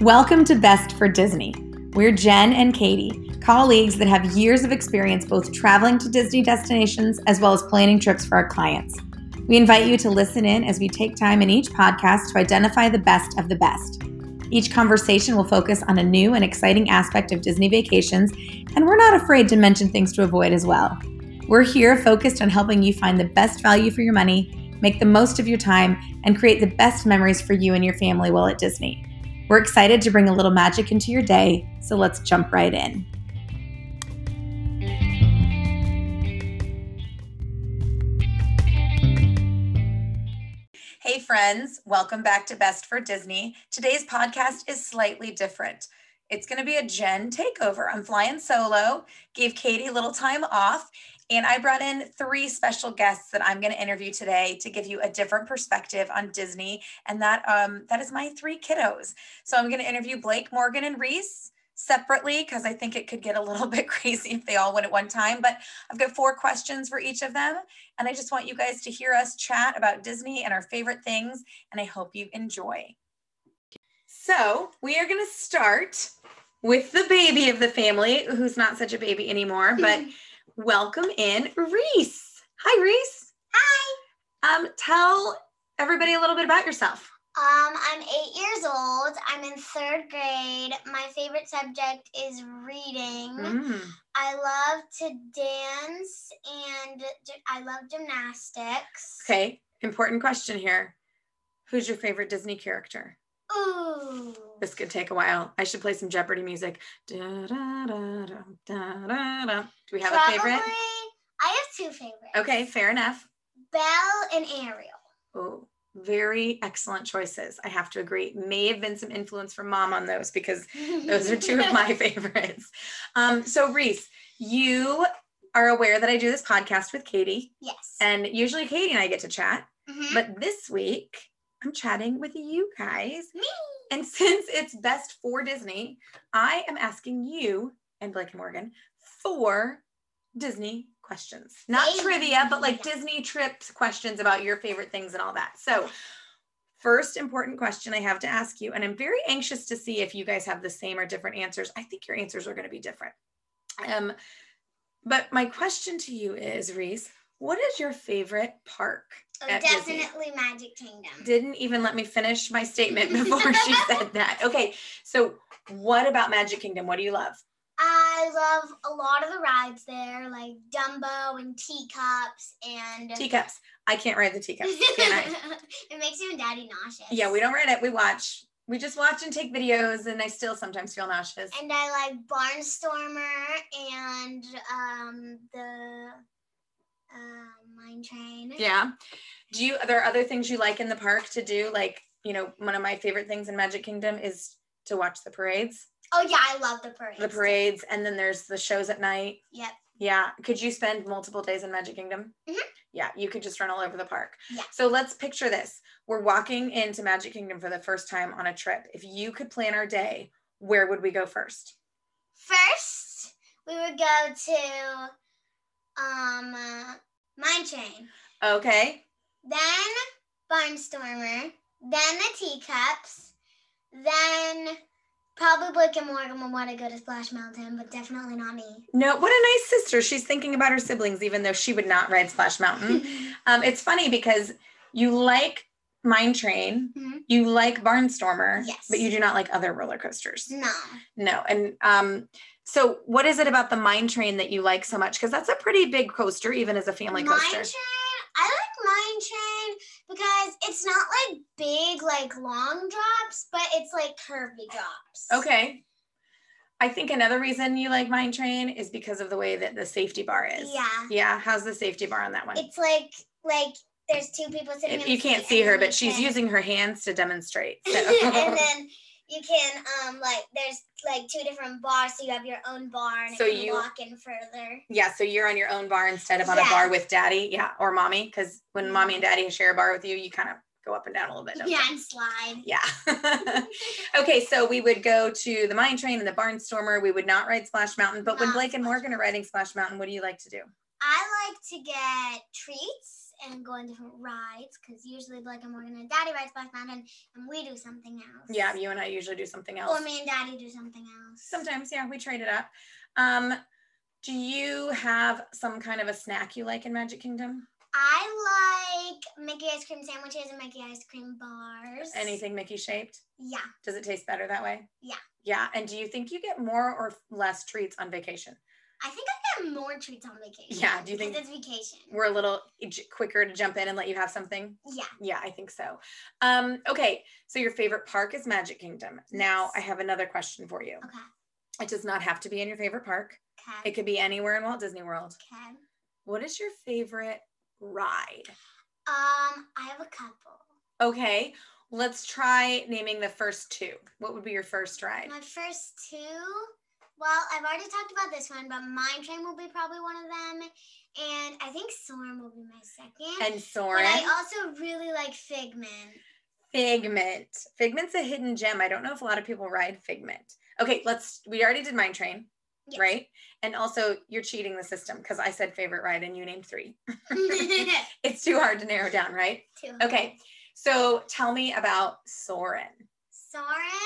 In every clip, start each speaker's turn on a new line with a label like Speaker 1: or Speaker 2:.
Speaker 1: Welcome to Best for Disney. We're Jen and Katie, colleagues that have years of experience both traveling to Disney destinations as well as planning trips for our clients. We invite you to listen in as we take time in each podcast to identify the best of the best. Each conversation will focus on a new and exciting aspect of Disney vacations, and we're not afraid to mention things to avoid as well. We're here focused on helping you find the best value for your money, make the most of your time, and create the best memories for you and your family while at Disney. We're excited to bring a little magic into your day, so let's jump right in. Hey, friends, welcome back to Best for Disney. Today's podcast is slightly different. It's going to be a Jen takeover. I'm flying solo, gave Katie a little time off, and I brought in three special guests that I'm going to interview today to give you a different perspective on Disney. And that um, that is my three kiddos. So I'm going to interview Blake, Morgan, and Reese separately because I think it could get a little bit crazy if they all went at one time. But I've got four questions for each of them. And I just want you guys to hear us chat about Disney and our favorite things. And I hope you enjoy. So we are going to start with the baby of the family, who's not such a baby anymore, but welcome in Reese. Hi, Reese. Hi. Um, tell everybody a little bit about yourself.
Speaker 2: Um, I'm eight years old. I'm in third grade. My favorite subject is reading.
Speaker 1: Mm.
Speaker 2: I love to dance and gy- I love gymnastics.
Speaker 1: Okay, important question here. Who's your favorite Disney character?
Speaker 2: Ooh.
Speaker 1: This could take a while. I should play some Jeopardy music. Da-da-da-dum, da-da-dum. Do we have a favorite?
Speaker 2: I have two favorites.
Speaker 1: Okay, fair enough.
Speaker 2: Belle and Ariel.
Speaker 1: Oh, very excellent choices. I have to agree. May have been some influence from mom on those because Those are two of my favorites. Um, so, Reese, you are aware that I do this podcast with Katie,
Speaker 2: Yes.
Speaker 1: and usually Katie and I get to chat,
Speaker 2: Mhm.
Speaker 1: but this week I'm chatting with you guys.
Speaker 2: Me.
Speaker 1: And since it's best for Disney, I am asking you and Blake and Morgan four Disney questions. Not
Speaker 2: Yay.
Speaker 1: trivia, but like Disney trips questions about your favorite things and all that. So, first important question I have to ask you, and I'm very anxious to see if you guys have the same or different answers. I think your answers are going to be different. Um, but my question to you is, Reese, what is your favorite park?
Speaker 2: Oh,
Speaker 1: at Disney.
Speaker 2: definitely Magic Kingdom.
Speaker 1: didn't even let me finish my statement before she said that. Okay, so what about Magic Kingdom? What do you love?
Speaker 2: I love a lot of the rides there, like Dumbo and teacups and
Speaker 1: Teacups. I can't ride the teacups. Can I?
Speaker 2: it makes you and Daddy nauseous.
Speaker 1: Yeah, we don't ride it. We watch. We just watch and take videos, and I still sometimes feel nauseous.
Speaker 2: And I like Barnstormer and um, the uh, Mine Train.
Speaker 1: Yeah. Do you? Are there other things you like in the park to do? Like, you know, one of my favorite things in Magic Kingdom is to watch the parades.
Speaker 2: Oh yeah, I love the parade.
Speaker 1: The parades, and then there's the shows at night.
Speaker 2: Yep.
Speaker 1: Yeah. Could you spend multiple days in Magic Kingdom?
Speaker 2: Mhm.
Speaker 1: Yeah, you could just run all over the park.
Speaker 2: Yeah.
Speaker 1: So let's picture this. We're walking into Magic Kingdom for the first time on a trip. If you could plan our day, where would we go first?
Speaker 2: First, we would go to um, uh, Mine Train,
Speaker 1: Okay.
Speaker 2: then Barnstormer, then the teacups, then probably Blake and Morgan would want to go to Splash Mountain, but definitely not me.
Speaker 1: No, what a nice sister. She's thinking about her siblings, even though she would not ride Splash Mountain. Um, it's funny because you like Mine Train,
Speaker 2: Mhm.
Speaker 1: you like Barnstormer,
Speaker 2: Yes.
Speaker 1: but you do not like other roller coasters.
Speaker 2: no.
Speaker 1: No. And um, so, what is it about the Mine Train that you like so much? Because that's a pretty big coaster, even as a family
Speaker 2: Mine
Speaker 1: coaster.
Speaker 2: train. I like mine train because it's not like big, like long drops, but it's like curvy drops.
Speaker 1: Okay. I think another reason you like Mine Train is because of the way that the safety bar is.
Speaker 2: Yeah.
Speaker 1: Yeah. How's the safety bar on that one?
Speaker 2: It's like like there's two people sitting.
Speaker 1: If
Speaker 2: in
Speaker 1: you
Speaker 2: the
Speaker 1: can't
Speaker 2: seat
Speaker 1: see
Speaker 2: and
Speaker 1: her,
Speaker 2: then you
Speaker 1: but she's
Speaker 2: can-
Speaker 1: using her hands to demonstrate. So.
Speaker 2: and then you can um like there's like two different bars, so you have your own bar and
Speaker 1: So
Speaker 2: it can
Speaker 1: you-
Speaker 2: walk in further.
Speaker 1: yeah. So you're on your own bar instead of on a
Speaker 2: Yeah. Mm-hmm.
Speaker 1: bar with daddy. Yeah. Or mommy. Because when mommy and daddy share a bar with you, you kind of go up and down a little bit. don't you?
Speaker 2: Yeah, and slide.
Speaker 1: Yeah. okay, so we would go to the mine train and the barnstormer. We would not ride Ah, Splash Mountain, but when
Speaker 2: Not
Speaker 1: Blake and
Speaker 2: Splash
Speaker 1: Morgan are riding Splash Mountain, what do you like to do?
Speaker 2: I like to get treats and go on different rides because usually Blake and Morgan and Daddy ride Splash Mountain and we do something else.
Speaker 1: Yeah, you and I usually do something else.
Speaker 2: Or me and Daddy do something else.
Speaker 1: Sometimes, yeah, we trade it up. Um, do you have some kind of a snack you like in Magic Kingdom?
Speaker 2: I like Mickey ice cream sandwiches and Mickey ice cream bars.
Speaker 1: Anything Mickey shaped?
Speaker 2: Yeah.
Speaker 1: Does it taste better that way?
Speaker 2: Yeah.
Speaker 1: Yeah. And do you think you get more or less treats on vacation?
Speaker 2: I think I get more treats on vacation.
Speaker 1: Yeah, do you think-
Speaker 2: because it's vacation?
Speaker 1: We're a little j- quicker to jump in and let you have something.
Speaker 2: Yeah.
Speaker 1: Yeah, I think so. Um, okay. So your favorite park is Magic Kingdom. Now
Speaker 2: Yes.
Speaker 1: I have another question for you.
Speaker 2: Okay.
Speaker 1: It does not have to be in your favorite park.
Speaker 2: Okay.
Speaker 1: It could be anywhere in Walt Disney World.
Speaker 2: okay.
Speaker 1: What is your favorite ride?
Speaker 2: Um, I have a couple.
Speaker 1: Okay, let's try naming the first two. What would be your first ride?
Speaker 2: My first two. Well, I've already talked about this one, but Mine Train will be probably one of them, and I think Soren will be my second.
Speaker 1: And
Speaker 2: but
Speaker 1: Soren.
Speaker 2: I also really like Figment.
Speaker 1: Figment. Figment's a hidden gem. I don't know if a lot of people ride Figment. Okay, let's. We already did Mine Train,
Speaker 2: Yes.
Speaker 1: right? And also, you're cheating the system because I said favorite ride and you named three.
Speaker 2: Two.
Speaker 1: It's too hard to narrow down, right? Okay, so tell me about Soren.
Speaker 2: Soren.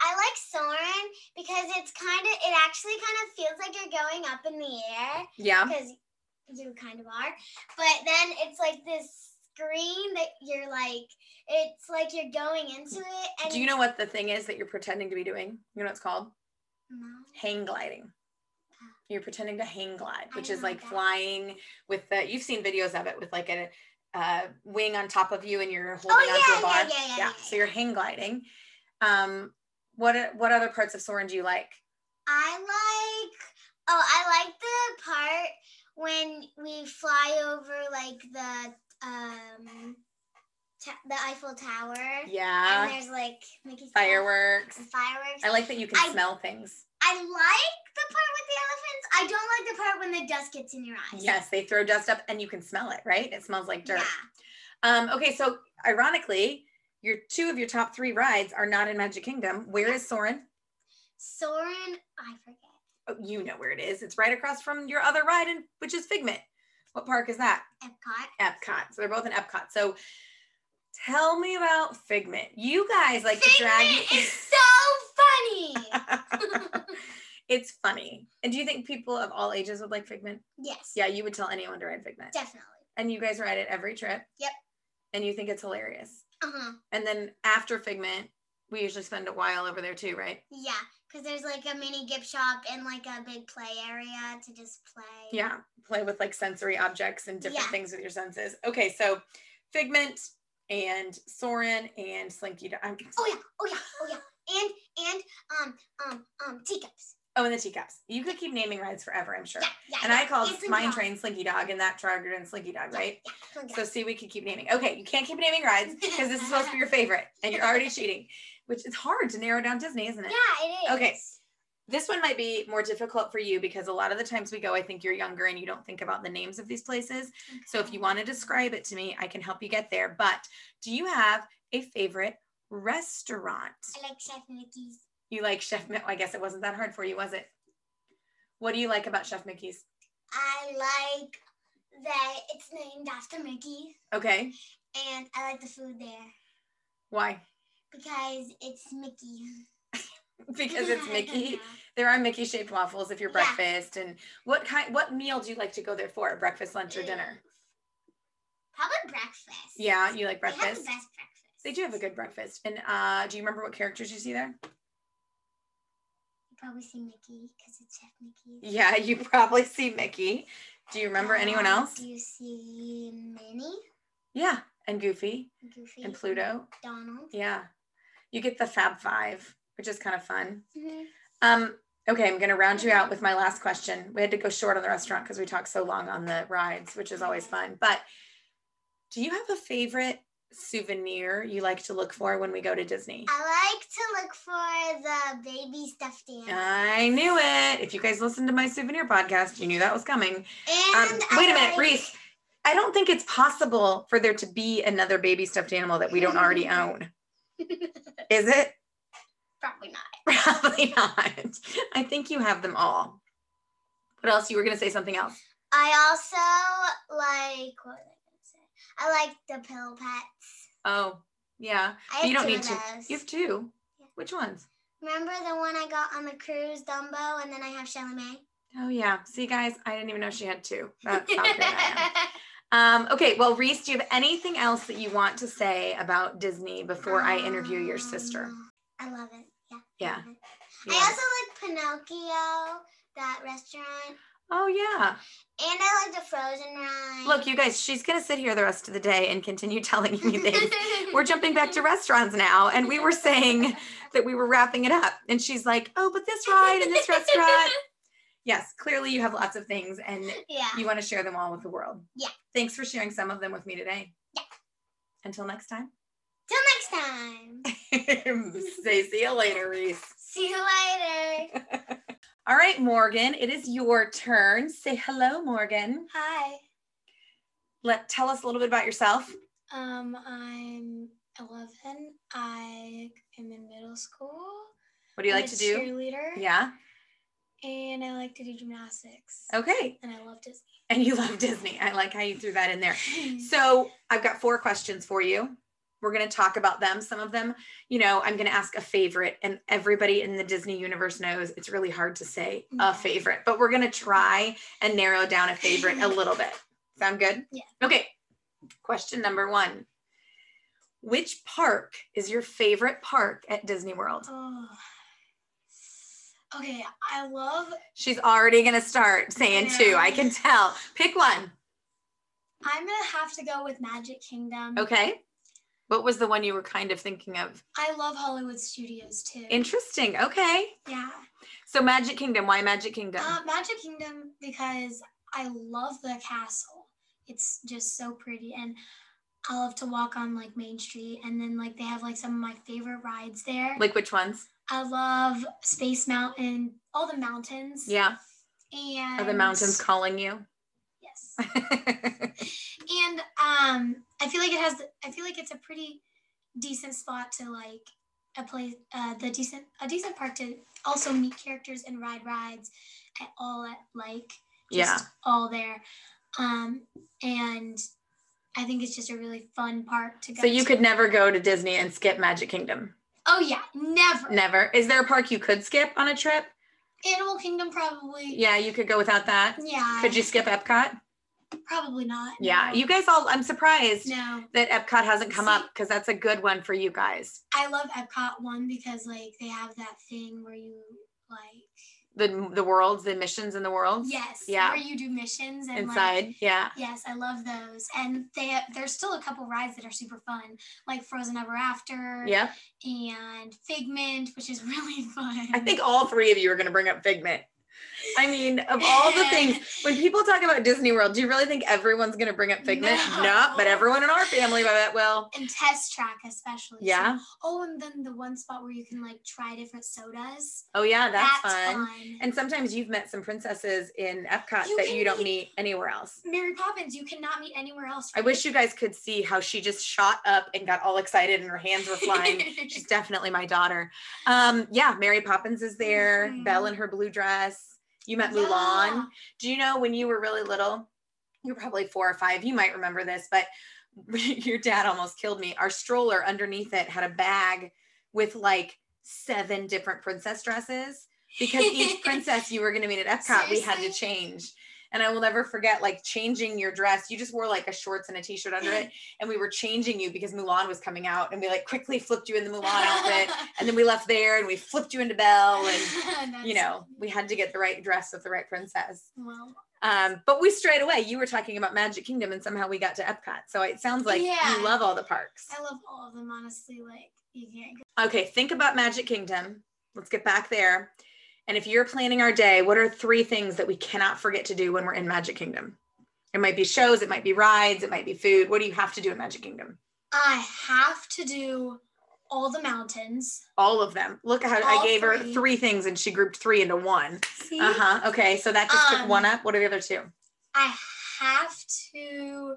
Speaker 2: I like Soren because it's kind of, it actually kind of feels like you're going up in the air
Speaker 1: Yeah.
Speaker 2: because you kind of are. But then it's like this screen that you're like, it's like you're going into it. And
Speaker 1: Do you know what the thing is that you're pretending to be doing? You know what it's called?
Speaker 2: No.
Speaker 1: hang gliding. You're pretending to hang glide,
Speaker 2: I
Speaker 1: which
Speaker 2: don't
Speaker 1: is
Speaker 2: know
Speaker 1: like
Speaker 2: that.
Speaker 1: flying with the. You've seen videos of it with like a, uh wing on top of you, and you're holding
Speaker 2: yeah,
Speaker 1: onto
Speaker 2: Oh, yeah,
Speaker 1: a bar.
Speaker 2: yeah, yeah, yeah,
Speaker 1: So you're hang gliding. Um, what o- what other parts of Soren do you like?
Speaker 2: I like oh, I like the part when we fly over like the um ta- the Eiffel Tower and
Speaker 1: Yeah,
Speaker 2: there's like Mickey's Cap
Speaker 1: fireworks.
Speaker 2: and fireworks.
Speaker 1: I like that you can
Speaker 2: I-
Speaker 1: smell things.
Speaker 2: I like the part with the elephants. I don't like the part when the dust gets in your eyes.
Speaker 1: Yes, they throw dust up, and you can smell it. Right? It smells like dirt.
Speaker 2: Yeah.
Speaker 1: Um, okay, so ironically, your two of your top three rides are not in Magic Kingdom. Where is Soren?
Speaker 2: Soren, I forget.
Speaker 1: oh, you know where it is. It's right across from your other ride, and which is Figment. What park is that?
Speaker 2: Epcot.
Speaker 1: Epcot. So they're both in Epcot. So tell me about Figment. You guys like to drag
Speaker 2: Figment is so funny.
Speaker 1: me. it's funny. And do you think people of all ages would like Figment?
Speaker 2: yes.
Speaker 1: Yeah, you would tell anyone to ride Figment.
Speaker 2: Definitely.
Speaker 1: And you guys ride it every trip.
Speaker 2: Yep.
Speaker 1: And you think it's hilarious.
Speaker 2: Uh-huh.
Speaker 1: And then after Figment, we usually spend a while over there too, right?
Speaker 2: Yeah, because there's like a mini gift shop and like a big play area to just play.
Speaker 1: yeah play with like sensory objects and different
Speaker 2: Yeah.
Speaker 1: things with your senses okay so figment and soren and slinky Dog- I'm,
Speaker 2: Oh yeah, oh yeah, oh yeah. And and um um um teacups.
Speaker 1: oh and the teacups you could keep naming rides forever i'm sure
Speaker 2: Yeah, yeah.
Speaker 1: and i called
Speaker 2: It's in
Speaker 1: mine
Speaker 2: Jaws.
Speaker 1: train slinky dog and that triggered and slinky dog right
Speaker 2: Oh, yeah.
Speaker 1: so see we could keep naming okay you can't keep naming rides because this is supposed to be your favorite and you're already cheating which is hard to narrow down disney isn't it
Speaker 2: yeah, it is.
Speaker 1: Okay. this one might be more difficult for you because a lot of the times we go i think you're younger and you don't think about the names of these places So if you want to describe it to me, I can help you get there. But do you have a favorite restaurant?
Speaker 2: I like Chef Mickey's.
Speaker 1: You like Chef Mickey? I guess it wasn't that hard for you, was it? What do you like about Chef Mickey's?
Speaker 2: I like that it's named after Mickey,
Speaker 1: Okay.
Speaker 2: and I like the food there
Speaker 1: Why?
Speaker 2: because it's Mickey.
Speaker 1: Because it's Mickey. There are Mickey shaped waffles if you're
Speaker 2: Yeah.
Speaker 1: breakfast. And what kind what meal do you like to go there for? Breakfast, lunch, or dinner?
Speaker 2: Probably breakfast.
Speaker 1: Yeah, you like
Speaker 2: They have the
Speaker 1: breakfast.
Speaker 2: best breakfast.
Speaker 1: They do have a good breakfast. And uh, do you remember what characters you see there?
Speaker 2: You probably see Mickey because it's Chef Mickey's.
Speaker 1: Yeah, you probably see Mickey. Do you remember anyone
Speaker 2: Um,
Speaker 1: else?
Speaker 2: Do you see Minnie,
Speaker 1: Yeah. And Goofy
Speaker 2: Goofy,
Speaker 1: and Pluto.
Speaker 2: Donald?
Speaker 1: Yeah. You get the Fab Five, which is kind of fun.
Speaker 2: Mhm.
Speaker 1: Um, okay, I'm gonna round you out with my last question. We had to go short on the restaurant because we talked so long on the rides, which is always fun. But do you have a favorite souvenir you like to look for when we go to Disney?
Speaker 2: I like to look for the baby stuffed animal.
Speaker 1: I knew it. If you guys listened to my souvenir podcast, you knew that was coming. Um,
Speaker 2: and I
Speaker 1: wait a minute,
Speaker 2: like-
Speaker 1: Reese. I don't think it's possible for there to be another baby stuffed animal that we don't already own. Is it?
Speaker 2: Probably not.
Speaker 1: Probably not. I think you have them all. What else? You were going to say something else.
Speaker 3: I also like what was I gonna say? I like the pill pets.
Speaker 1: Oh, yeah.
Speaker 3: I have
Speaker 1: you don't
Speaker 3: two
Speaker 1: need
Speaker 3: of
Speaker 1: to.
Speaker 3: those.
Speaker 1: You have two.
Speaker 3: Yeah.
Speaker 1: Which ones?
Speaker 3: Remember the one I got on the cruise, Dumbo, and then I have Chalamet.
Speaker 1: Oh yeah. See guys, I didn't even know she had two. That's how great I am. Um, okay, well, Reese, do you have anything else that you want to say about Disney before I interview your sister?
Speaker 3: Um, I love it. Yeah.
Speaker 1: Yeah.
Speaker 3: love it.
Speaker 1: Yeah.
Speaker 3: I also like Pinocchio, that restaurant,
Speaker 1: oh yeah.
Speaker 3: and I like the Frozen ride.
Speaker 1: Look, you guys, she's gonna sit here the rest of the day and continue telling you things. we're jumping back to restaurants now, and we were saying that we were wrapping it up, and she's like, "Oh, but this ride and this restaurant." Yes, clearly you have lots of things, and
Speaker 3: Yeah.
Speaker 1: you want to share them all with the world.
Speaker 3: Yeah.
Speaker 1: Thanks for sharing some of them with me today.
Speaker 3: Yeah.
Speaker 1: Until next time.
Speaker 3: Till next time.
Speaker 1: Say see you later, Reese.
Speaker 3: See you later.
Speaker 1: All right, Morgan, it is your turn. Say hello, Morgan.
Speaker 3: Hi.
Speaker 1: Let tell us a little bit about yourself.
Speaker 2: Um, I'm 11. I am in middle school.
Speaker 1: What do you
Speaker 2: I'm
Speaker 1: like
Speaker 2: a
Speaker 1: to do?
Speaker 2: Cheerleader.
Speaker 1: Yeah.
Speaker 2: And I like to do gymnastics.
Speaker 1: Okay.
Speaker 2: And I love Disney.
Speaker 1: And you love Disney. I like how you threw that in there. So I've got four questions for you. We're going to talk about them. Some of them, you know, I'm going to ask a favorite, and everybody in the Disney universe knows it's really hard to say
Speaker 2: Yeah.
Speaker 1: a favorite, but we're going to try and narrow down a favorite a little bit. Sound good?
Speaker 2: Yeah.
Speaker 1: Okay. Question number one Which park is your favorite park at Disney World?
Speaker 2: Oh. Okay, I love
Speaker 1: She's already going to start saying two. I can tell. Pick one.
Speaker 2: I'm gonna have to go with Magic Kingdom.
Speaker 1: Okay. What was the one you were kind of thinking of?
Speaker 2: I love Hollywood Studios too.
Speaker 1: Interesting. Okay.
Speaker 2: yeah.
Speaker 1: So Magic Kingdom, why Magic Kingdom?
Speaker 2: Uh, Magic Kingdom because I love the castle. It's just so pretty, and I love to walk on like Main Street, and then like they have like some of my favorite rides there.
Speaker 1: like which ones?
Speaker 2: I love Space Mountain, all the mountains.
Speaker 1: Yeah.
Speaker 2: And
Speaker 1: Are the mountains calling you?
Speaker 2: Yes. And um, I feel like it has. I feel like it's a pretty decent spot to like a place. Uh, the decent a decent park to also meet characters and ride rides at all at like
Speaker 1: yeah.
Speaker 2: just all there. Um, and I think it's just a really fun park to go.
Speaker 1: So you
Speaker 2: to.
Speaker 1: could never go to Disney and skip Magic Kingdom.
Speaker 2: Oh yeah, never.
Speaker 1: Never. Is there a park you could skip on a trip?
Speaker 2: Animal Kingdom probably.
Speaker 1: Yeah, you could go without that.
Speaker 2: Yeah.
Speaker 1: Could you skip Epcot?
Speaker 2: Probably not.
Speaker 1: Yeah.
Speaker 2: no.
Speaker 1: You guys all I'm surprised
Speaker 2: No,
Speaker 1: that Epcot hasn't come
Speaker 2: See-
Speaker 1: up because that's a good one for you guys.
Speaker 2: I love Epcot one because like they have that thing where you like
Speaker 1: The the worlds, the missions in the worlds.
Speaker 2: yes,
Speaker 1: Oh, Yeah.
Speaker 2: where you do missions and
Speaker 1: Inside.
Speaker 2: Like,
Speaker 1: yeah.
Speaker 2: yes, I love those, and they there's still a couple rides that are super fun, like Frozen Ever After,
Speaker 1: Yeah.
Speaker 2: and Figment, which is really fun.
Speaker 1: I think all three of you are going to bring up Figment. I mean, of all the things, when people talk about Disney World, do you really think everyone's going to bring up Figment? No,
Speaker 2: No.
Speaker 1: but everyone in our family, by that, well,
Speaker 2: and Test Track especially. so-
Speaker 1: yeah.
Speaker 2: oh, and then the one spot where you can like try different sodas.
Speaker 1: Oh, yeah, that's, fun.
Speaker 2: fun.
Speaker 1: And sometimes you've met some princesses in Epcot
Speaker 2: You
Speaker 1: that
Speaker 2: can
Speaker 1: you don't
Speaker 2: meet-
Speaker 1: meet anywhere else.
Speaker 2: Mary Poppins, you cannot meet anywhere else.
Speaker 1: I wish you guys could see how she just shot up and got all excited and her hands were flying. She's definitely my daughter. Um, yeah, Mary Poppins is there,
Speaker 2: Mhm.
Speaker 1: Belle in her blue dress. You met Mulan. Do you know when you were really little? You're probably four or five. You might remember this, but your dad almost killed me. Our stroller underneath it had a bag with like seven different princess dresses because each princess you were going to meet at Epcot, we had to
Speaker 2: Seriously?
Speaker 1: change. And I will never forget like changing your dress. You just wore like a shorts and a t shirt under it. And we were changing you because Mulan was coming out. And we like quickly flipped you in the Mulan outfit. And then we left there and we flipped you into Belle. And, you
Speaker 2: That's-
Speaker 1: know, we had to get the right dress with the right princess.
Speaker 2: Well,
Speaker 1: Um, but we strayed away. You were talking about Magic Kingdom, and somehow we got to Epcot. So it sounds like
Speaker 2: Yeah.
Speaker 1: you love all the parks.
Speaker 2: I love all of them, honestly. Like, you can't go.
Speaker 1: Okay, think about Magic Kingdom. Let's get back there. And if you're planning our day, what are three things that we cannot forget to do when we're in Magic Kingdom? It might be shows, it might be rides, it might be food. What do you have to do in Magic Kingdom?
Speaker 2: I have to do all the mountains.
Speaker 1: All of them. Look how I
Speaker 2: All
Speaker 1: gave her
Speaker 2: three.
Speaker 1: three things and she grouped three into one.
Speaker 2: See?
Speaker 1: Uh huh. Okay, so that just took
Speaker 2: Um,
Speaker 1: one up. What are the other two?
Speaker 2: I have to.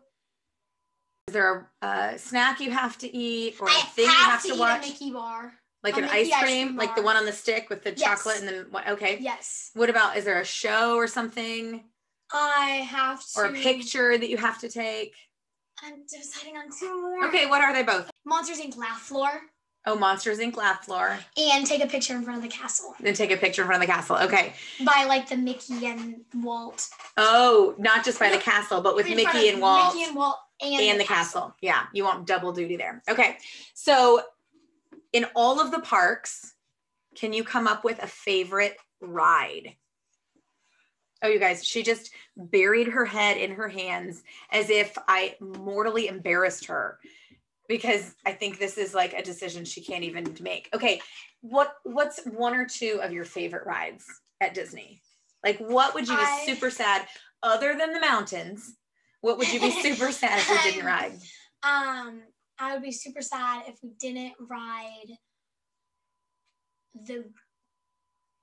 Speaker 1: Is there a, uh snack you have to eat or a
Speaker 2: I
Speaker 1: thing you have to,
Speaker 2: eat
Speaker 1: watch?
Speaker 2: a Mickey bar.
Speaker 1: like
Speaker 2: A
Speaker 1: an ice
Speaker 2: Mickey
Speaker 1: cream,
Speaker 2: ice cream
Speaker 1: like the
Speaker 2: bar.
Speaker 1: one on the stick with the
Speaker 2: Yes.
Speaker 1: chocolate and then what okay
Speaker 2: Yes.
Speaker 1: what about is there a show or something
Speaker 2: I have to.
Speaker 1: or a picture that you have to take?
Speaker 2: I'm deciding on two more.
Speaker 1: Okay, what are they both?
Speaker 2: Monsters Inc. Laugh Floor
Speaker 1: Oh, Monsters Inc. Laugh Floor.
Speaker 2: and take a picture in front of the castle
Speaker 1: Then take a picture in front of the castle. Okay.
Speaker 2: by like the Mickey and Walt.
Speaker 1: Oh, not just by the castle, but with
Speaker 2: In front
Speaker 1: Mickey
Speaker 2: of
Speaker 1: and Walt.
Speaker 2: Mickey and Walt and,
Speaker 1: and the castle. Yeah, you want double duty there. Okay. So, in all of the parks, can you come up with a favorite ride? Oh, you guys, she just buried her head in her hands as if I mortally embarrassed her because I think this is like a decision she can't even make. Okay, what what's one or two of your favorite rides at Disney? Like what would you be
Speaker 2: I-
Speaker 1: super sad other than the mountains? What would you be super sad if we didn't ride?
Speaker 2: Um, I would be super sad if we didn't ride the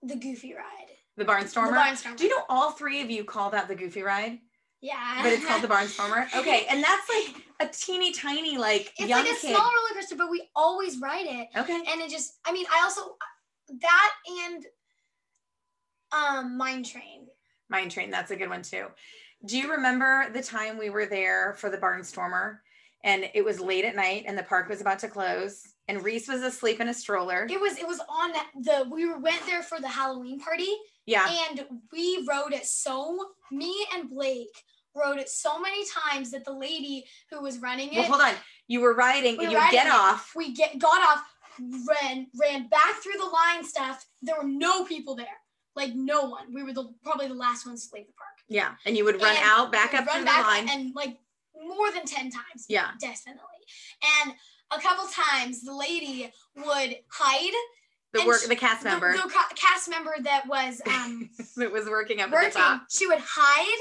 Speaker 2: the Goofy ride.
Speaker 1: The Barnstormer?
Speaker 2: The Barnstormer.
Speaker 1: Do you know all three of you call that the Goofy Ride?
Speaker 2: yeah.
Speaker 1: But it's called the Barnstormer. Okay, and that's like a teeny tiny like
Speaker 2: It's
Speaker 1: young
Speaker 2: like a
Speaker 1: kid.
Speaker 2: small roller coaster, but we always ride it.
Speaker 1: okay.
Speaker 2: And it just I mean, I also that and um Mine Train.
Speaker 1: Mine Train, that's a good one too. Do you remember the time we were there for the Barnstormer and it was late at night and the park was about to close and Reese was asleep in a stroller?
Speaker 2: It was it was on the we were- went there for the Halloween party
Speaker 1: Yeah.
Speaker 2: and we rode it so me and Blake rode it so many times that the lady who was running
Speaker 1: Well,
Speaker 2: it
Speaker 1: hold on. You were riding
Speaker 2: We
Speaker 1: and you
Speaker 2: were riding
Speaker 1: get
Speaker 2: it.
Speaker 1: off.
Speaker 2: we get got off ran ran back through the line stuff there were no people there like no one we were the probably the last ones to leave the park
Speaker 1: Yeah. And you would run
Speaker 2: And
Speaker 1: out, back
Speaker 2: We
Speaker 1: up
Speaker 2: run
Speaker 1: through
Speaker 2: back
Speaker 1: the line.
Speaker 2: and like more than 10 times
Speaker 1: yeah.
Speaker 2: definitely and a couple times the lady would hide
Speaker 1: The
Speaker 2: and
Speaker 1: work
Speaker 2: sh-
Speaker 1: the cast
Speaker 2: the,
Speaker 1: member
Speaker 2: the ca- cast member that was um
Speaker 1: that was working up at the
Speaker 2: working,
Speaker 1: top.
Speaker 2: she would hide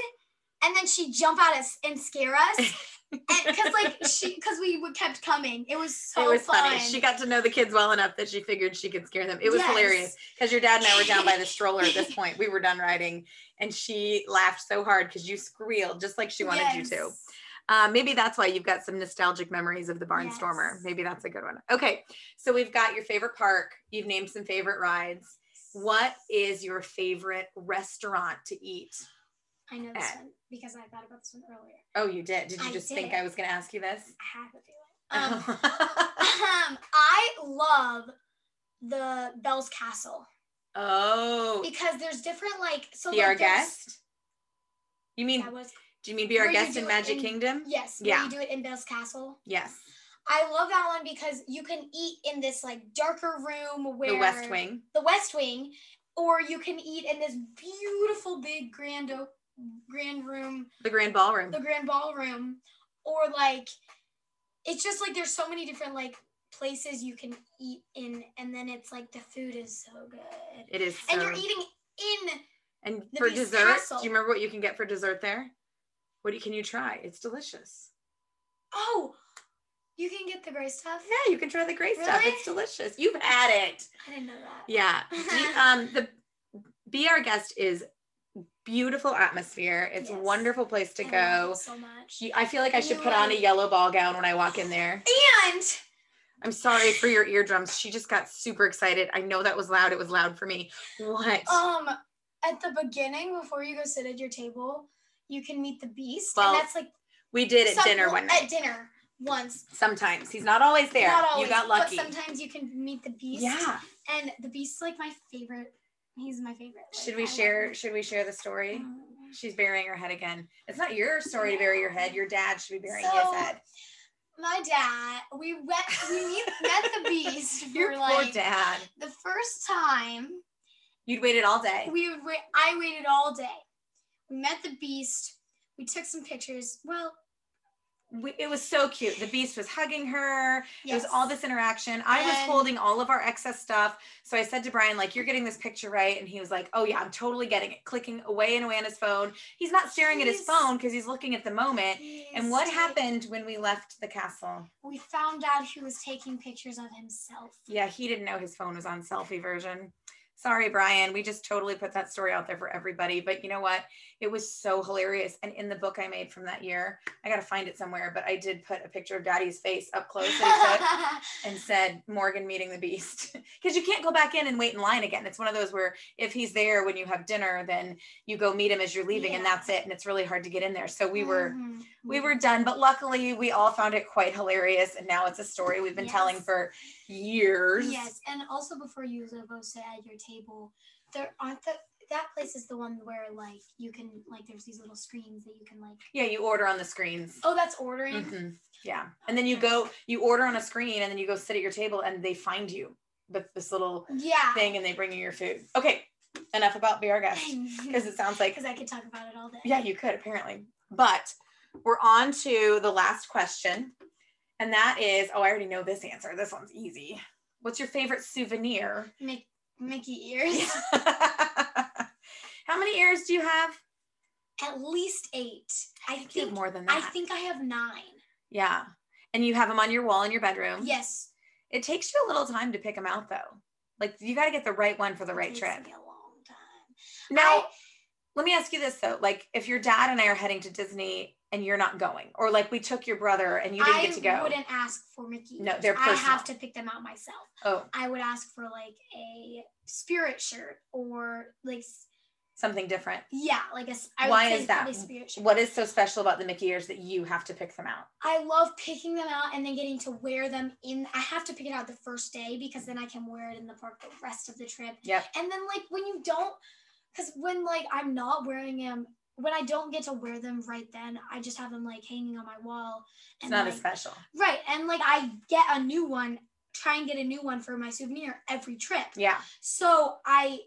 Speaker 2: and then she'd jump at us and scare us. Because like she, because we would kept coming. It was so
Speaker 1: it was
Speaker 2: fun.
Speaker 1: funny. She got to know the kids well enough that she figured she could scare them. It was
Speaker 2: Yes.
Speaker 1: hilarious because your dad and I were down by the stroller at this point. We were done riding, and she laughed so hard because you squealed just like she wanted you to.
Speaker 2: Yes.
Speaker 1: Uh, maybe that's why you've got some nostalgic memories of the Barnstormer.
Speaker 2: Yes.
Speaker 1: Maybe that's a good one. Okay, so we've got your favorite park. You've named some favorite rides. What is your favorite restaurant to eat?
Speaker 2: I know this
Speaker 1: at?
Speaker 2: one because I thought about this one earlier.
Speaker 1: Oh, you did. Did you
Speaker 2: I
Speaker 1: just think
Speaker 2: did.
Speaker 1: I was going to ask you this?
Speaker 2: I have a feeling. Um,
Speaker 1: Uh-huh.
Speaker 2: um, I love the Bell's Castle
Speaker 1: oh,
Speaker 2: because there's different like so
Speaker 1: be
Speaker 2: like,
Speaker 1: our
Speaker 2: there's-
Speaker 1: guest. You mean
Speaker 2: That was
Speaker 1: Do you mean be our
Speaker 2: Where you
Speaker 1: guest
Speaker 2: do
Speaker 1: in
Speaker 2: it
Speaker 1: Magic
Speaker 2: in-
Speaker 1: Kingdom?
Speaker 2: yes.
Speaker 1: Yeah.
Speaker 2: Yeah. You do it in Bell's Castle.
Speaker 1: Yes.
Speaker 2: I love that one because you can eat in this like darker room where
Speaker 1: The West Wing.
Speaker 2: the West Wing, or you can eat in this beautiful big grand o- grand room,
Speaker 1: The Grand Ballroom.
Speaker 2: the grand ballroom, or like it's just like there's so many different like places you can eat in, and then it's like the food is so good,
Speaker 1: it is. So,
Speaker 2: and you're eating in.
Speaker 1: and
Speaker 2: the
Speaker 1: for
Speaker 2: Beast
Speaker 1: dessert,
Speaker 2: Castle.
Speaker 1: do you remember what you can get for dessert there? What do you, can you try? It's delicious.
Speaker 2: Oh, you can get the gray stuff.
Speaker 1: Yeah, you can try the great stuff.
Speaker 2: Really?
Speaker 1: It's delicious. You've had it.
Speaker 2: I didn't know that.
Speaker 1: Yeah. Do you- um, the Be Our Guest is beautiful atmosphere. It's a
Speaker 2: Yes.
Speaker 1: wonderful place to
Speaker 2: I love
Speaker 1: go.
Speaker 2: it so much.
Speaker 1: You- I feel like I
Speaker 2: And
Speaker 1: should
Speaker 2: you
Speaker 1: put on a
Speaker 2: like-
Speaker 1: yellow ball gown when I walk in there.
Speaker 2: And
Speaker 1: I'm sorry for your eardrums. She just got super excited. I know that was loud. It was loud for me. What?
Speaker 2: Um, at the beginning, before you go sit at your table, you can meet the beast,
Speaker 1: Well,
Speaker 2: and that's like
Speaker 1: We did at
Speaker 2: some-
Speaker 1: dinner one night.
Speaker 2: At dinner once.
Speaker 1: Sometimes he's not always there.
Speaker 2: Not always,
Speaker 1: you got lucky.
Speaker 2: But sometimes you can meet the beast.
Speaker 1: yeah.
Speaker 2: And the beast's like my favorite. He's my favorite. Like,
Speaker 1: Should
Speaker 2: I
Speaker 1: we
Speaker 2: love
Speaker 1: share?
Speaker 2: him.
Speaker 1: Should we share the story?
Speaker 2: Um,
Speaker 1: She's burying her head again. It's not your story to bury your head. Your dad should be burying
Speaker 2: So,
Speaker 1: his head.
Speaker 2: My dad. We went. We meet, met the beast for
Speaker 1: Your
Speaker 2: like
Speaker 1: poor dad.
Speaker 2: the first time.
Speaker 1: You'd waited all day.
Speaker 2: we would wait i waited all day we met the beast we took some pictures well
Speaker 1: We, it was so cute. The beast was hugging her. It was
Speaker 2: yes.
Speaker 1: all this interaction. I was
Speaker 2: And-
Speaker 1: holding all of our excess stuff. So I said to Brian, like, you're getting this picture right. And he was like, oh, yeah, I'm totally getting it. Clicking away and away on his phone. He's not staring at his
Speaker 2: He's-
Speaker 1: phone because he's looking at the moment. And what
Speaker 2: Yes.
Speaker 1: happened when we left the castle?
Speaker 2: we found out he was taking pictures of himself
Speaker 1: Yeah, he didn't know his phone was on selfie version. Sorry, Brian. We just totally put that story out there for everybody. But you know what? It was so hilarious. And in the book I made from that year, I got to find it somewhere, but I did put a picture of daddy's face up close that he took and said, Morgan meeting the beast. Because you can't go back in and wait in line again. It's one of those where if he's there when you have dinner, then you go meet him as you're leaving and
Speaker 3: Yeah.
Speaker 1: that's it. And it's really hard to get in there. So we were
Speaker 2: Mhm.
Speaker 1: we were done but luckily we all found it quite hilarious and now it's a story we've been telling
Speaker 2: Yes.
Speaker 1: for years
Speaker 2: Yes, and also before you go sit at your table, there aren't the that place is the one where like you can like there's these little screens that you can like.
Speaker 1: yeah you order on the screens
Speaker 2: Oh, that's ordering.
Speaker 1: Mhm. yeah and then you go you order on a screen and then you go sit at your table and they find you with this little
Speaker 2: Yeah.
Speaker 1: thing and they bring you your food okay enough about be our guest because it sounds like
Speaker 2: Because I could talk about it all day.
Speaker 1: Yeah, you could apparently. But we're on to the last question. And that is oh, I already know this answer. This one's easy. What's your favorite souvenir?
Speaker 2: Mick, Mickey ears.
Speaker 1: How many ears do you have?
Speaker 2: At least eight. I
Speaker 1: You have
Speaker 2: think.
Speaker 1: more than that.
Speaker 2: I think I have nine.
Speaker 1: yeah. And you have them on your wall in your bedroom.
Speaker 2: Yes.
Speaker 1: It takes you a little time to pick them out though. Like you got to get the right one for the right
Speaker 2: Takes
Speaker 1: trip.
Speaker 2: me a long time.
Speaker 1: Now,
Speaker 2: I-
Speaker 1: let me ask you this though. Like if your dad and I are heading to Disney and you're not going, or like we took your brother and you didn't
Speaker 2: I
Speaker 1: get to go.
Speaker 2: wouldn't ask for Mickey.
Speaker 1: No,
Speaker 2: ears.
Speaker 1: they're
Speaker 2: I have to
Speaker 1: personal.
Speaker 2: pick them out myself.
Speaker 1: Oh,
Speaker 2: I would ask for like a spirit shirt or like s-
Speaker 1: something different.
Speaker 2: yeah, like a. s- I would
Speaker 1: Why
Speaker 2: say
Speaker 1: is that?
Speaker 2: probably Spirit shirt.
Speaker 1: What is so special about the Mickey ears that you have to pick them out?
Speaker 2: I love picking them out and then getting to wear them in. I have to pick it out the first day because then I can wear it in the park the rest of the trip.
Speaker 1: Yep.
Speaker 2: And then like when you don't, because when like I'm not wearing them, when I don't get to wear them right then, I just have them like hanging on my wall.
Speaker 1: It's not
Speaker 2: like,
Speaker 1: as special.
Speaker 2: Right, and like I get a new one, try and get a new one for my souvenir every trip.
Speaker 1: Yeah.
Speaker 2: So I,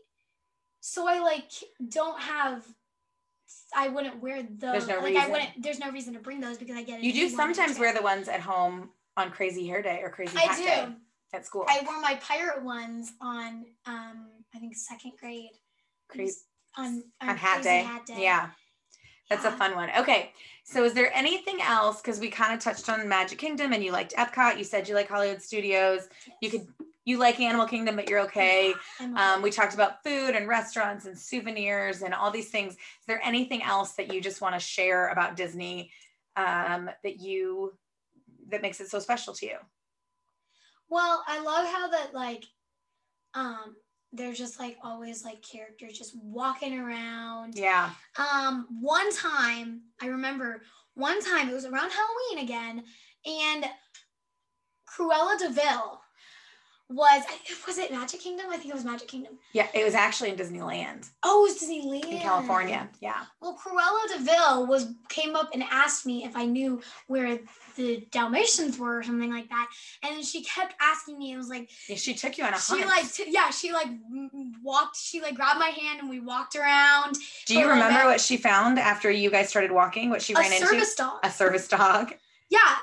Speaker 2: so I like don't have. I wouldn't wear those.
Speaker 1: There's no
Speaker 2: like I
Speaker 1: reason.
Speaker 2: wouldn't. There's no reason to bring those because I get. a
Speaker 1: You
Speaker 2: new
Speaker 1: do
Speaker 2: one every
Speaker 1: sometimes
Speaker 2: trip.
Speaker 1: wear the ones at home on crazy hair day or crazy hat
Speaker 2: I
Speaker 1: day
Speaker 2: do.
Speaker 1: at school.
Speaker 2: I wore my pirate ones on um I think second grade.
Speaker 1: Crazy
Speaker 2: on on,
Speaker 1: on hat
Speaker 2: Crazy
Speaker 1: day.
Speaker 2: Hat Day.
Speaker 1: Yeah. That's a
Speaker 2: Yeah.
Speaker 1: fun one. Okay. So is there anything else? Because we kind of touched on Magic Kingdom and you liked Epcot. You said you like Hollywood Studios. You could you like Animal Kingdom, but you're okay.
Speaker 2: I'm okay.
Speaker 1: Um, we talked about food and restaurants and souvenirs and all these things. Is there anything else that you just want to share about Disney um, that you that makes it so special to you?
Speaker 2: Well, I love how that like um there's just like always like characters just walking around.
Speaker 1: Yeah.
Speaker 2: Um one time I remember one time it was around Halloween again and Cruella DeVille was was it Magic Kingdom? I think it was Magic Kingdom.
Speaker 1: Yeah. It was actually in Disneyland
Speaker 2: Oh, it was Disneyland
Speaker 1: in California. Yeah.
Speaker 2: Well, Cruella Deville was came up and asked me if I knew where the Dalmatians were or something like that, and then she kept asking me. It was like
Speaker 1: Yeah, She took you on a hunt.
Speaker 2: she like t- yeah she like m- m- walked she like grabbed my hand and we walked around
Speaker 1: Do you
Speaker 2: for like
Speaker 1: remember
Speaker 2: a-
Speaker 1: what she found after you guys started walking? What she
Speaker 2: a
Speaker 1: ran into?
Speaker 2: service dog.
Speaker 1: A service dog.
Speaker 2: Yeah,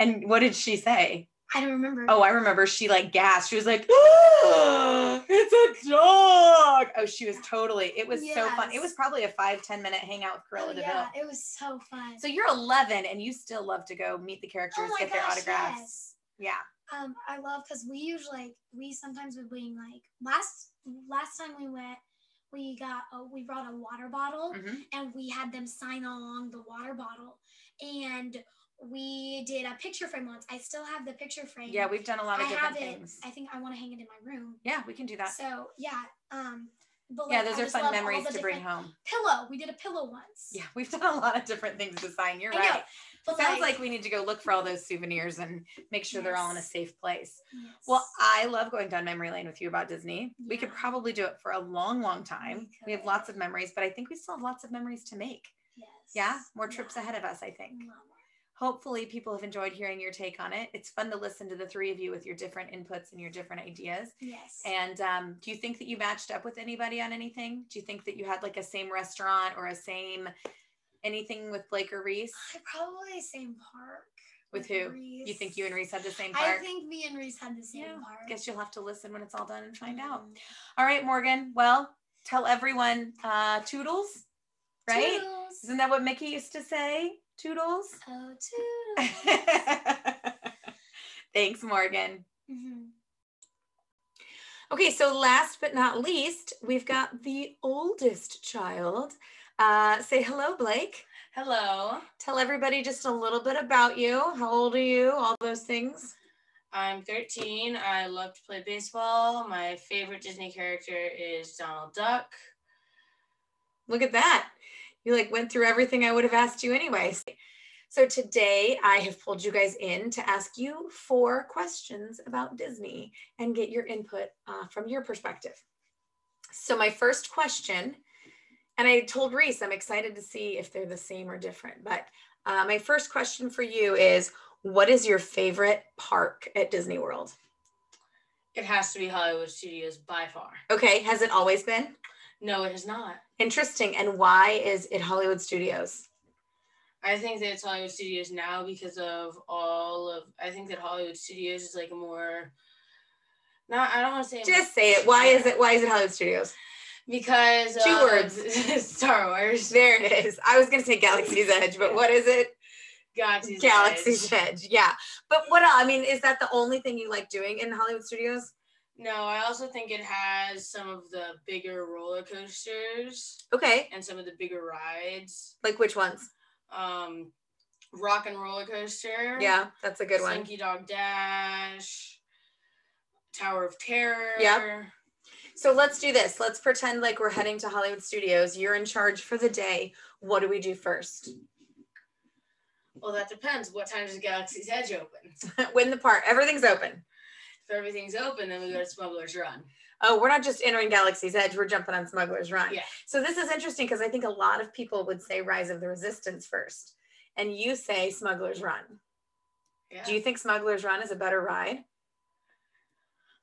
Speaker 1: And what did she say?
Speaker 2: I don't remember.
Speaker 1: Oh, I remember she like gasped. She was like, "Ah, it's a dog. Oh, she was totally, it was so fun. It
Speaker 2: Yes.
Speaker 1: was probably a five, 10 minute hangout with Cruella
Speaker 2: Oh,
Speaker 1: DeVille.
Speaker 2: yeah, it was so fun.
Speaker 1: So you're 11 and you still love to go meet the characters,
Speaker 2: oh my
Speaker 1: get their
Speaker 2: gosh,
Speaker 1: autographs.
Speaker 2: yes.
Speaker 1: Yeah.
Speaker 2: Um, I love because we usually like, we sometimes would bring like last last time we went we got a, we brought a water bottle
Speaker 1: Mhm.
Speaker 2: and we had them sign along the water bottle and we did a picture frame once i still have the picture frame
Speaker 1: Yeah, we've done a lot
Speaker 2: i
Speaker 1: of
Speaker 2: have
Speaker 1: different
Speaker 2: it
Speaker 1: things.
Speaker 2: i think i want to hang it in my room
Speaker 1: Yeah, we can do that.
Speaker 2: so yeah um but
Speaker 1: yeah,
Speaker 2: like,
Speaker 1: those
Speaker 2: I
Speaker 1: are
Speaker 2: just love
Speaker 1: fun
Speaker 2: all
Speaker 1: memories
Speaker 2: the
Speaker 1: to bring
Speaker 2: different-
Speaker 1: home.
Speaker 2: pillow we did a pillow once
Speaker 1: Yeah, we've done a lot of different things to sign. You're
Speaker 2: I know,
Speaker 1: right.
Speaker 2: but
Speaker 1: Sounds like we need to go look for all those souvenirs and make sure they're all in a
Speaker 2: Yes.
Speaker 1: safe place.
Speaker 2: yes.
Speaker 1: Well, I love going down memory lane with you about Disney. We could
Speaker 2: Yeah.
Speaker 1: probably do it for a long, long time. We have
Speaker 2: could.
Speaker 1: lots of memories, but I think we still have lots of memories to make.
Speaker 2: yes.
Speaker 1: Yeah, more trips ahead of us, I think. Hopefully, people have enjoyed hearing your take on it. It's fun to listen to the three of you with your different inputs and your different ideas.
Speaker 2: yes
Speaker 1: And um, do you think that you matched up with anybody on anything? Do you think that you had like a same restaurant or a same anything with Blake or Reese?
Speaker 2: I probably same park.
Speaker 1: With who? You
Speaker 2: Reese.
Speaker 1: think you and Reese had the same
Speaker 2: I
Speaker 1: part?
Speaker 2: think me and Reese had the same
Speaker 1: Yeah,
Speaker 2: park. Um,
Speaker 1: Guess you'll have to listen when it's all done and find out. All right, Morgan. Well, tell everyone uh, toodles, right?
Speaker 2: Toodles.
Speaker 1: Isn't that what Mickey used to say? Toodles.
Speaker 2: Oh, toodles. Mm-hmm.
Speaker 1: Thanks, Morgan.
Speaker 2: Mhm.
Speaker 1: Okay, so last but not least, we've got the oldest child. Uh, say hello, Blake.
Speaker 4: Hello,
Speaker 1: Tell everybody just a little bit about you. How old are you? All those things.
Speaker 4: I'm 13. I love to play baseball. My favorite Disney character is Donald Duck.
Speaker 1: Look at that. You like went through everything I would have asked you anyway. So today I have pulled you guys in to ask you four questions about Disney and get your input uh, from your perspective. So my first question, and I told Reese I'm excited to see if they're the same or different, but uh, my first question for you is what is your favorite park at Disney World?
Speaker 4: It has to be Hollywood Studios by far.
Speaker 1: Okay, has it always been?
Speaker 4: No, it is not.
Speaker 1: Interesting. And why is it Hollywood Studios?
Speaker 4: I think that it's Hollywood Studios now because of all of. I think that Hollywood Studios is like a more. Not, I don't want to say
Speaker 1: Just say it. Why is it why is it Hollywood Studios?
Speaker 4: because
Speaker 1: Two
Speaker 4: of
Speaker 1: words.
Speaker 4: Star Wars.
Speaker 1: There it is. I was gonna say Galaxy's Edge, but what is it?
Speaker 4: Galaxy's
Speaker 1: Galaxy's
Speaker 4: Edge.
Speaker 1: Edge. Yeah. But what else? I mean, is that the only thing you like doing in Hollywood Studios?
Speaker 4: No, I also think it has some of the bigger roller coasters
Speaker 1: Okay.
Speaker 4: and some of the bigger rides.
Speaker 1: Like which ones?
Speaker 4: Um, Rock and Roller Coaster.
Speaker 1: Yeah, that's a good one.
Speaker 4: Slinky Dog Dash. Tower of Terror.
Speaker 1: Yep. So let's do this. Let's pretend like we're heading to Hollywood Studios. You're in charge for the day. What do we do first?
Speaker 4: Well, that depends. What time does Galaxy's Edge open? If
Speaker 1: Win the park. Everything's open.
Speaker 4: everything's open, then we go to Smuggler's Run.
Speaker 1: oh, we're not just entering Galaxy's Edge, we're jumping on Smuggler's Run.
Speaker 4: Yeah.
Speaker 1: So this is interesting because I think a lot of people would say Rise of the Resistance first, and you say Smuggler's Run.
Speaker 4: Yeah.
Speaker 1: Do you think Smuggler's Run is a better ride?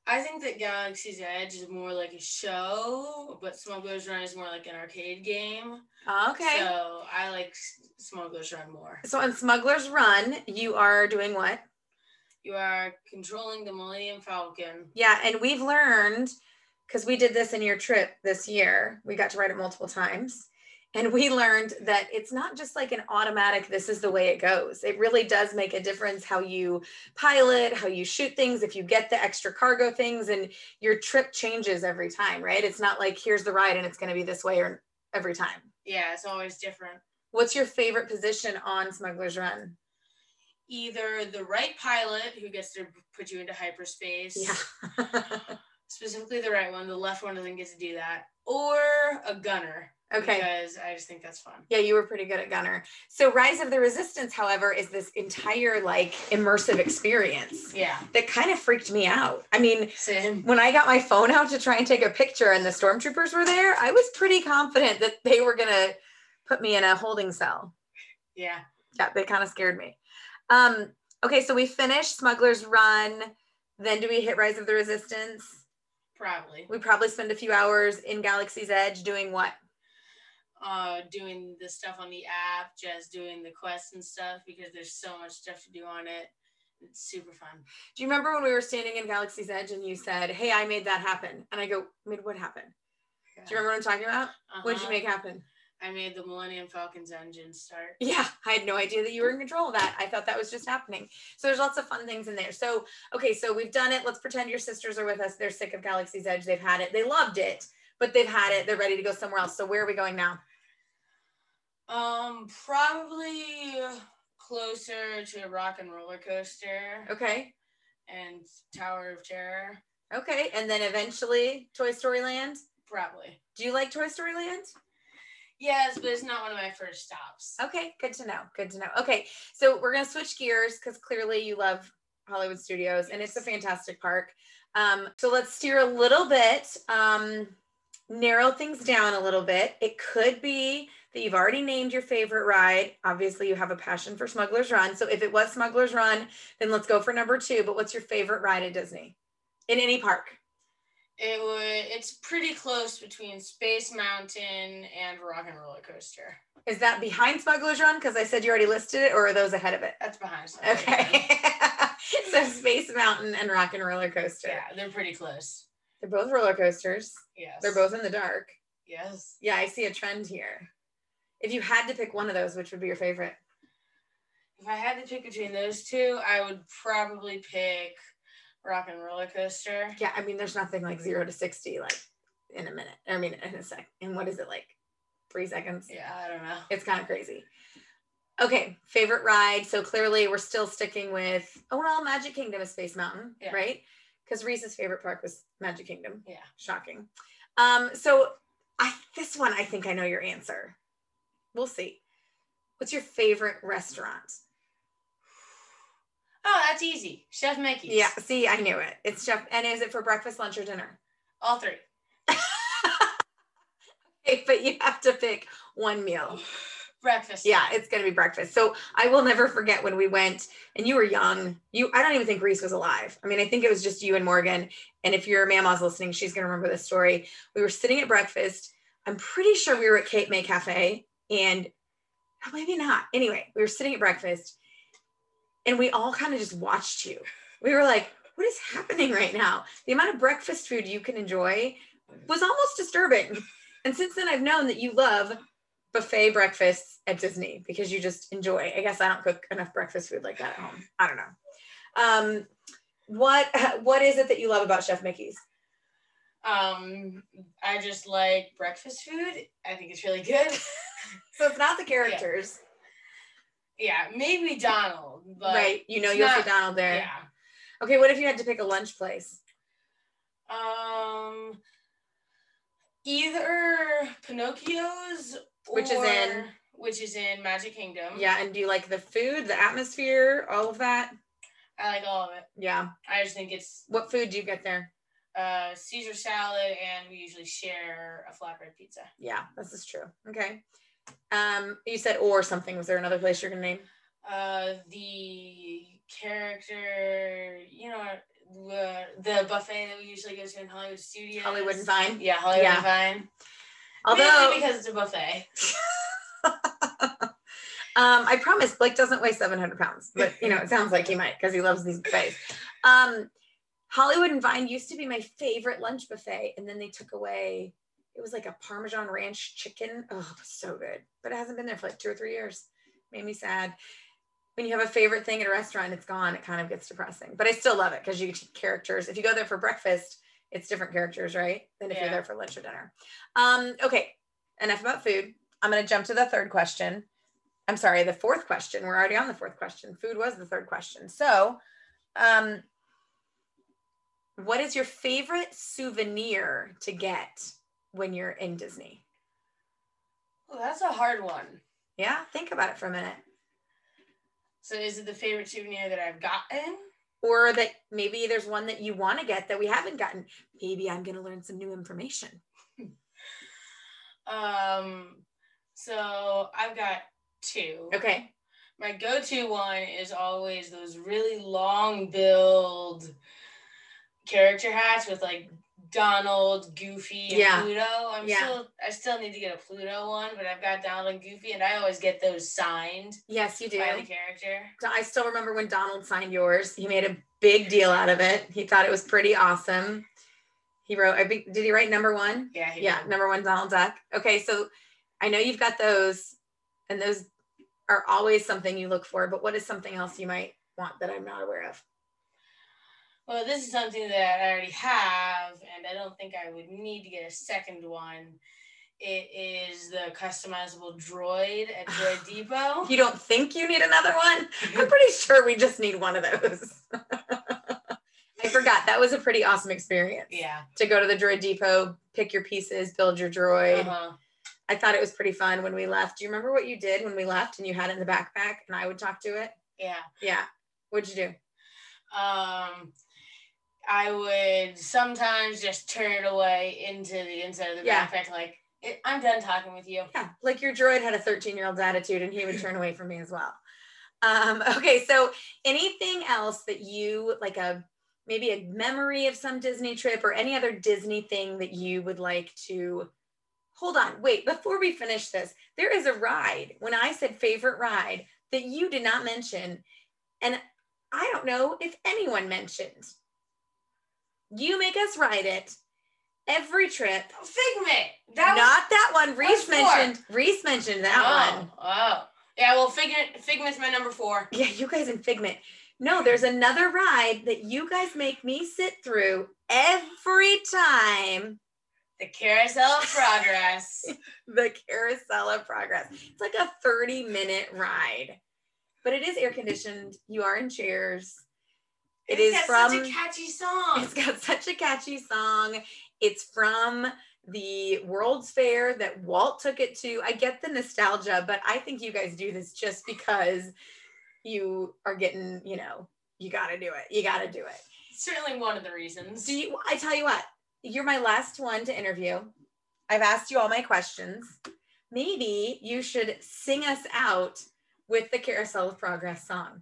Speaker 4: I think that Galaxy's Edge is more like a show, but Smuggler's Run is more like an arcade game.
Speaker 1: Okay. So-
Speaker 4: So I like S- Smuggler's Run more.
Speaker 1: on Smuggler's Run, you are doing what?
Speaker 4: You are controlling the Millennium Falcon.
Speaker 1: Yeah, and we've learned because we did this in your trip this year. We got to ride it multiple times. And we learned that it's not just like an automatic, this is the way it goes. It really does make a difference how you pilot, how you shoot things, if you get the extra cargo things, and your trip changes every time, right? It's not like here's the ride and it's going to be this way or every time.
Speaker 4: Yeah, it's always different.
Speaker 1: What's your favorite position on Smuggler's Run?
Speaker 4: Either the right pilot who gets to put you into hyperspace, specifically the right one, the left one doesn't get to do that, or a gunner.
Speaker 1: okay.
Speaker 4: Because I just think that's fun.
Speaker 1: Yeah, you were pretty good at Gunner. So Rise of the Resistance, however, is this entire like immersive experience
Speaker 4: Yeah.
Speaker 1: that kind of freaked me out. I mean,
Speaker 4: Same.
Speaker 1: when I got my phone out to try and take a picture and the stormtroopers were there, I was pretty confident that they were gonna put me in a holding cell.
Speaker 4: Yeah.
Speaker 1: Yeah, they kind of scared me. Um, okay, so we finished Smuggler's Run. Then do we hit Rise of the Resistance?
Speaker 4: Probably.
Speaker 1: We probably spend a few hours in Galaxy's Edge doing what?
Speaker 4: Uh, doing the stuff on the app, just doing the quests and stuff because there's so much stuff to do on it. It's super fun.
Speaker 1: Do you remember when we were standing in Galaxy's Edge and you said, Hey, I made that happen? And I go, Made what happen? Do you remember what I'm talking about? What'd you
Speaker 4: Uh-huh.
Speaker 1: make happen?
Speaker 4: I made the Millennium Falcon's engine start.
Speaker 1: Yeah, I had no idea that you were in control of that. I thought that was just happening. So there's lots of fun things in there. So, okay, so we've done it. Let's pretend your sisters are with us. They're sick of Galaxy's Edge. They've had it. They loved it, but they've had it. They're ready to go somewhere else. So where are we going now?
Speaker 4: Um, probably closer to Rock and Roller Coaster
Speaker 1: Okay.
Speaker 4: and Tower of Terror.
Speaker 1: Okay. And then eventually Toy Story Land.
Speaker 4: Probably.
Speaker 1: Do you like Toy Story Land?
Speaker 4: Yes, but it's not one of my first stops.
Speaker 1: Okay, good to know. Good to know. Okay, so we're gonna switch gears because clearly you love Hollywood Studios and it's a fantastic park. Um, so let's steer a little bit, um, narrow things down a little bit. It could be that you've already named your favorite ride. Obviously, you have a passion for Smuggler's Run. So if it was Smuggler's Run, then let's go for number two. But what's your favorite ride at Disney? In any park?
Speaker 4: It would. It's pretty close between Space Mountain and Rock and Roller Coaster.
Speaker 1: Is that behind Smuggler's Run? Because I said you already listed it, or are those ahead of it?
Speaker 4: That's behind. us.
Speaker 1: Okay. so Space Mountain and Rock and Roller Coaster.
Speaker 4: Yeah, they're pretty close.
Speaker 1: They're both roller coasters.
Speaker 4: Yes.
Speaker 1: They're both in the dark.
Speaker 4: Yes.
Speaker 1: Yeah, I see a trend here. If you had to pick one of those, which would be your favorite?
Speaker 4: If I had to pick between those two, I would probably pick Rock and roller coaster.
Speaker 1: Yeah, I mean, there's nothing like zero to sixty like in a minute. I mean, in a sec. And what is it like? Three seconds.
Speaker 4: Yeah, I don't know.
Speaker 1: It's kind of crazy. Okay, favorite ride. So clearly, we're still sticking with oh well, Magic Kingdom is Space Mountain,
Speaker 4: Yeah.
Speaker 1: right? Because Reese's favorite park was Magic Kingdom.
Speaker 4: Yeah.
Speaker 1: shocking. Um, so I this one I think I know your answer. We'll see. What's your favorite restaurant?
Speaker 4: Oh, that's easy. Chef Mickey's.
Speaker 1: Yeah, see, I knew it. It's chef. And is it for breakfast, lunch, or dinner?
Speaker 4: All three.
Speaker 1: Okay, but you have to pick one meal.
Speaker 4: Breakfast.
Speaker 1: Yeah, it's gonna be breakfast. So I will never forget when we went and you were young. You I don't even think Reese was alive. I mean, I think it was just you and Morgan. And if your mama's listening, she's gonna remember this story. We were sitting at breakfast. I'm pretty sure we were at Cape May Cafe and oh, maybe not. Anyway, we were sitting at breakfast and we all kind of just watched you. We were like, what is happening right now? The amount of breakfast food you can enjoy was almost disturbing. And since then I've known that you love buffet breakfasts at Disney because you just enjoy. I guess I don't cook enough breakfast food like that at home. I don't know. Um, what what is it that you love about Chef Mickey's?
Speaker 4: Um, I just like breakfast food. I think it's really good.
Speaker 1: So it's not the characters,
Speaker 4: yeah, maybe Donald, but
Speaker 1: right? You know,
Speaker 4: it's
Speaker 1: you'll
Speaker 4: not-
Speaker 1: see Donald there.
Speaker 4: yeah.
Speaker 1: Okay, what if you had to pick a lunch place?
Speaker 4: Um, either Pinocchio's,
Speaker 1: Which is in-
Speaker 4: or- which is in Magic Kingdom.
Speaker 1: Yeah, and do you like the food, the atmosphere, all of that?
Speaker 4: I like all of it.
Speaker 1: Yeah.
Speaker 4: I just think it's
Speaker 1: What food do you get there?
Speaker 4: uh Caesar salad, and we usually share a flatbread pizza.
Speaker 1: Yeah, this is true. Okay. Um, you said or something. Was there another place you're gonna name?
Speaker 4: Uh, the character, you know, the, the buffet that we usually go to in Hollywood Studios.
Speaker 1: Hollywood and Vine.
Speaker 4: Yeah, Hollywood
Speaker 1: Yeah.
Speaker 4: and Vine.
Speaker 1: Although
Speaker 4: Mainly because it's a buffet.
Speaker 1: Um, I promise Blake doesn't weigh 700 pounds, but you know, it sounds like he might because he loves these buffets. Um, Hollywood and Vine used to be my favorite lunch buffet, and then they took away it was like a Parmesan ranch chicken. Oh, it was so good, but it hasn't been there for like two or three years. Made me sad. When you have a favorite thing at a restaurant, and it's gone, it kind of gets depressing, but I still love it because you get to characters. If you go there for breakfast, it's different characters, right? Than if you're
Speaker 4: Yeah.
Speaker 1: there for lunch or dinner. Um, okay, enough about food. I'm going to jump to the third question. I'm sorry, the fourth question. We're already on the fourth question. Food was the third question. So, um, what is your favorite souvenir to get when you're in Disney?
Speaker 4: Oh, that's a hard one.
Speaker 1: Yeah, think about it for a minute.
Speaker 4: So, is it the favorite souvenir that I've gotten?
Speaker 1: Or that maybe there's one that you want to get that we haven't gotten. Maybe I'm going to learn some new information.
Speaker 4: Um, so I've got two.
Speaker 1: Okay.
Speaker 4: My go-to one is always those really long billed character hats with like Donald, Goofy, and
Speaker 1: Yeah.
Speaker 4: Pluto. I'm
Speaker 1: Yeah.
Speaker 4: still I still need to get a Pluto one, but I've got Donald and Goofy, and I always get those signed
Speaker 1: Yes, you do.
Speaker 4: by the character.
Speaker 1: Do- I still remember when Donald signed yours. He made a big deal out of it. He thought it was pretty awesome. He wrote, I think, did he write number one?
Speaker 4: Yeah, he
Speaker 1: Yeah,
Speaker 4: did.
Speaker 1: number one, Donald Duck. Okay, so I know you've got those, and those are always something you look for, but what is something else you might want that I'm not aware of?
Speaker 4: Well, this is something that I already have, and I don't think I would need to get a second one. It is the customizable droid at Droid Depot.
Speaker 1: You don't think you need another one? I'm pretty sure we just need one of those. I forgot. That was a pretty awesome experience
Speaker 4: Yeah.
Speaker 1: to go to the droid depot, pick your pieces, build your droid.
Speaker 4: Uh-huh.
Speaker 1: I thought it was pretty fun when we left. Do you remember what you did when we left and you had it in the backpack and I would talk to it?
Speaker 4: Yeah.
Speaker 1: Yeah. What'd you do?
Speaker 4: Um, I would sometimes just turn it away into the inside of the
Speaker 1: Yeah.
Speaker 4: backpack, like "I- I'm done talking with you.
Speaker 1: Yeah. Like your droid had a 13 year old's attitude and he would turn away from me as well. Um, okay. So anything else that you like a maybe a memory of some Disney trip or any other Disney thing that you would like to hold on? Wait, before we finish this, there is a ride. When I said favorite ride that you did not mention, and I don't know if anyone mentioned. You make us ride it every trip.
Speaker 4: Figment. That was-
Speaker 1: Not that one. Reese
Speaker 4: four.
Speaker 1: mentioned. Reese mentioned that
Speaker 4: oh,
Speaker 1: one.
Speaker 4: Oh, yeah. Well, Figment. Figment's my number four.
Speaker 1: Yeah, you guys in Figment. No, there's another ride that you guys make me sit through every time.
Speaker 4: The Carousel of Progress.
Speaker 1: the Carousel of Progress. It's like a 30 minute ride, but it is air conditioned. You are in chairs. It
Speaker 4: It's
Speaker 1: is
Speaker 4: got
Speaker 1: from.
Speaker 4: such a catchy song.
Speaker 1: It's got such a catchy song. It's from the World's Fair that Walt took it to. I get the nostalgia, but I think you guys do this just because you are getting, you know, you got to do it. You got to do it.
Speaker 4: Certainly one of the reasons.
Speaker 1: Do you, I tell you what, you're my last one to interview. I've asked you all my questions. Maybe you should sing us out with the Carousel of Progress song.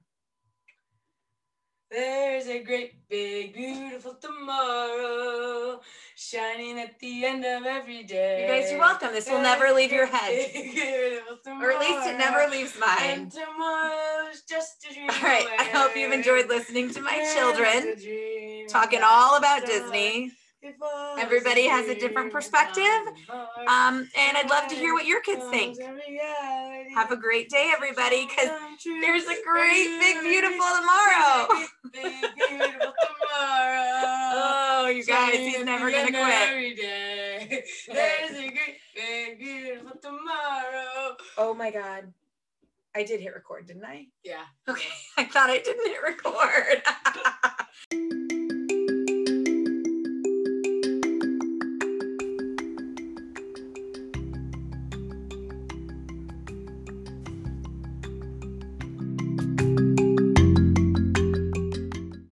Speaker 4: There's a great big beautiful tomorrow shining at the end of every day.
Speaker 1: You guys, you're welcome. This will never leave your head,
Speaker 4: Big, beautiful tomorrow.
Speaker 1: or at least it never leaves mine.
Speaker 4: And tomorrow's just a dream.
Speaker 1: All right. I hope you've enjoyed listening to my children talking all about Disney. Everybody has a different perspective. Um, and I'd love to hear what your kids think. Have a great day, everybody, because there's a great, big, beautiful tomorrow.
Speaker 4: Big, beautiful tomorrow.
Speaker 1: Oh, you guys, he's never going to quit.
Speaker 4: Every day. There's a great, big, beautiful tomorrow.
Speaker 1: Oh, my God. I did hit record, didn't I?
Speaker 4: Yeah.
Speaker 1: Okay. I thought I didn't hit record.